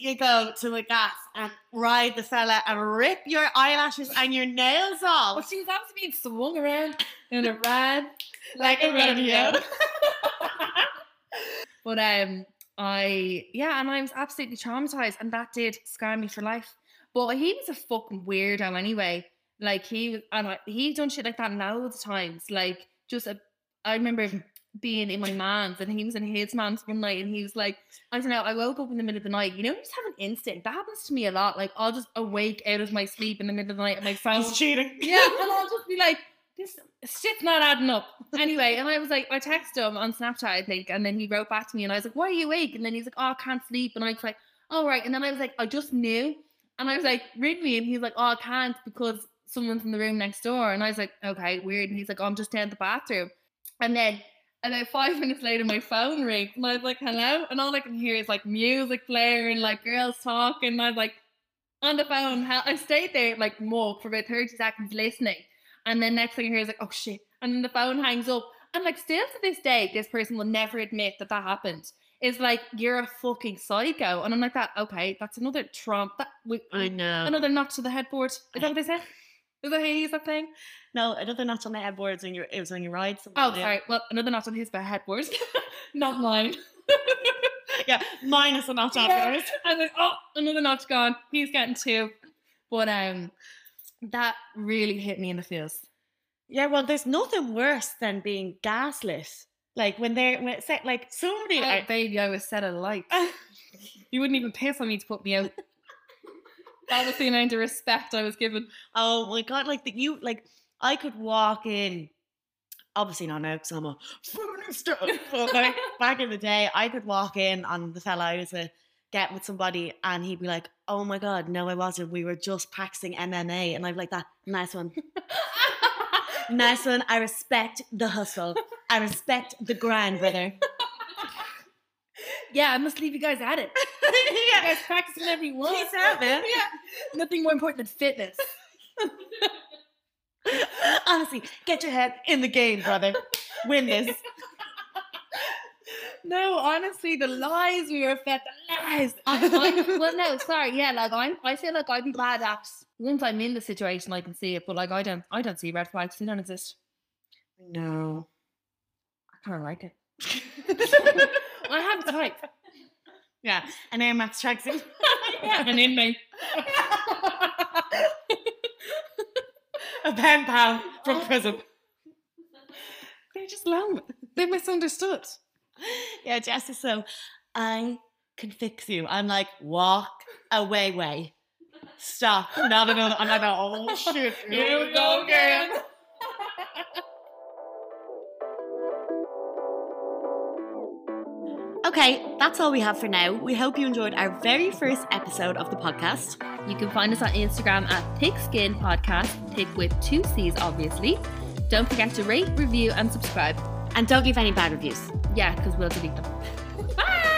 Speaker 2: do you go to a gas and ride the fella and rip your eyelashes and your nails off?
Speaker 3: Well, she was obviously being swung around in a ride
Speaker 2: Like a rodeo.
Speaker 3: but um, I yeah, and I was absolutely traumatized, and that did scar me for life. But he was a fucking weirdo anyway. Like he was, and I, he done shit like that loads of times. Like just a, I remember being in my man's, and he was in his man's one night, and he was like, I don't know. I woke up in the middle of the night. You know, you just have an instinct. That happens to me a lot. Like I'll just awake out of my sleep in the middle of the night, and my phone
Speaker 2: He's cheating.
Speaker 3: yeah, and I'll just be like, this shit's not adding up. Anyway, and I was like, I texted him on Snapchat, I think, and then he wrote back to me, and I was like, why are you awake? And then he's like, oh, I can't sleep. And I was like, all right. And then I was like, I just knew. And I was like, ring me. And he's like, oh, I can't because someone's in the room next door. And I was like, okay, weird. And he's like, oh, I'm just down the bathroom. And then about five minutes later, my phone rings, and I was like, hello. And all I can hear is like music playing, like girls talking. And I was like, on the phone. hel- I stayed there like more for about 30 seconds listening. And then next thing I hear is like, oh shit. And then the phone hangs up. And like, still to this day, this person will never admit that that happened. It's like, you're a fucking psycho. And I'm like, that, okay, that's another Trump. That, we,
Speaker 2: I know.
Speaker 3: another knock to the headboard. Is that what they said? Is it Hades, I think?
Speaker 2: No, another notch on the headboards when you it was when you ride something.
Speaker 3: Oh, sorry. Well, another notch on his bad headboard.
Speaker 2: Oh.
Speaker 3: Not mine.
Speaker 2: Yeah, minus a notch on
Speaker 3: Yeah.
Speaker 2: yours.
Speaker 3: I was like, oh, another notch gone. He's getting two. But um, that really hit me in the feels.
Speaker 2: Yeah, well, there's nothing worse than being gaslit. Like when they're when say, like somebody.
Speaker 3: Oh,
Speaker 2: I-
Speaker 3: baby, I was set alight. you wouldn't even piss on me to put me out. that was the amount of respect I was given.
Speaker 2: Oh my god! Like that, you like I could walk in. Obviously not now because I'm a feminist. But like back in the day, I could walk in on the fella I was with, get with somebody, and he'd be like, "Oh my god, no, I wasn't. We were just practicing MMA." And I'd be like, "That nice one, nice one. I respect the hustle. I respect the grind, brother."
Speaker 3: yeah, I must leave you guys at it. You
Speaker 2: yeah,
Speaker 3: guys practicing every one.
Speaker 2: peace out, man.
Speaker 3: Yeah, nothing more important than fitness.
Speaker 2: Honestly, get your head in the game, brother. Win this.
Speaker 3: No, honestly, the lies we were fed, the lies. I, I, well, no, sorry, yeah, like I'm, I feel like I'm bad at. Once I'm in the situation, I can see it, but like I don't, I don't see red flags. They don't exist.
Speaker 2: No.
Speaker 3: I kind of like it. I have a type.
Speaker 2: Yeah, and Air Max tracksuit.
Speaker 3: An inmate.
Speaker 2: a pen pal
Speaker 3: Oh.
Speaker 2: from prison.
Speaker 3: They're just long. They're misunderstood.
Speaker 2: Yeah, Jess is so, I can fix you. I'm like, walk away, way. Stop. No, no, no. no. I'm like, oh, shoot. Here we go again. Okay, that's all we have for now. We hope you enjoyed our very first episode of the podcast.
Speaker 3: You can find us on Instagram at Thick Skin Podcast, thick with two C's, obviously. Don't forget to rate, review, and subscribe.
Speaker 2: And don't leave any bad reviews.
Speaker 3: Yeah, because we'll delete them. Bye!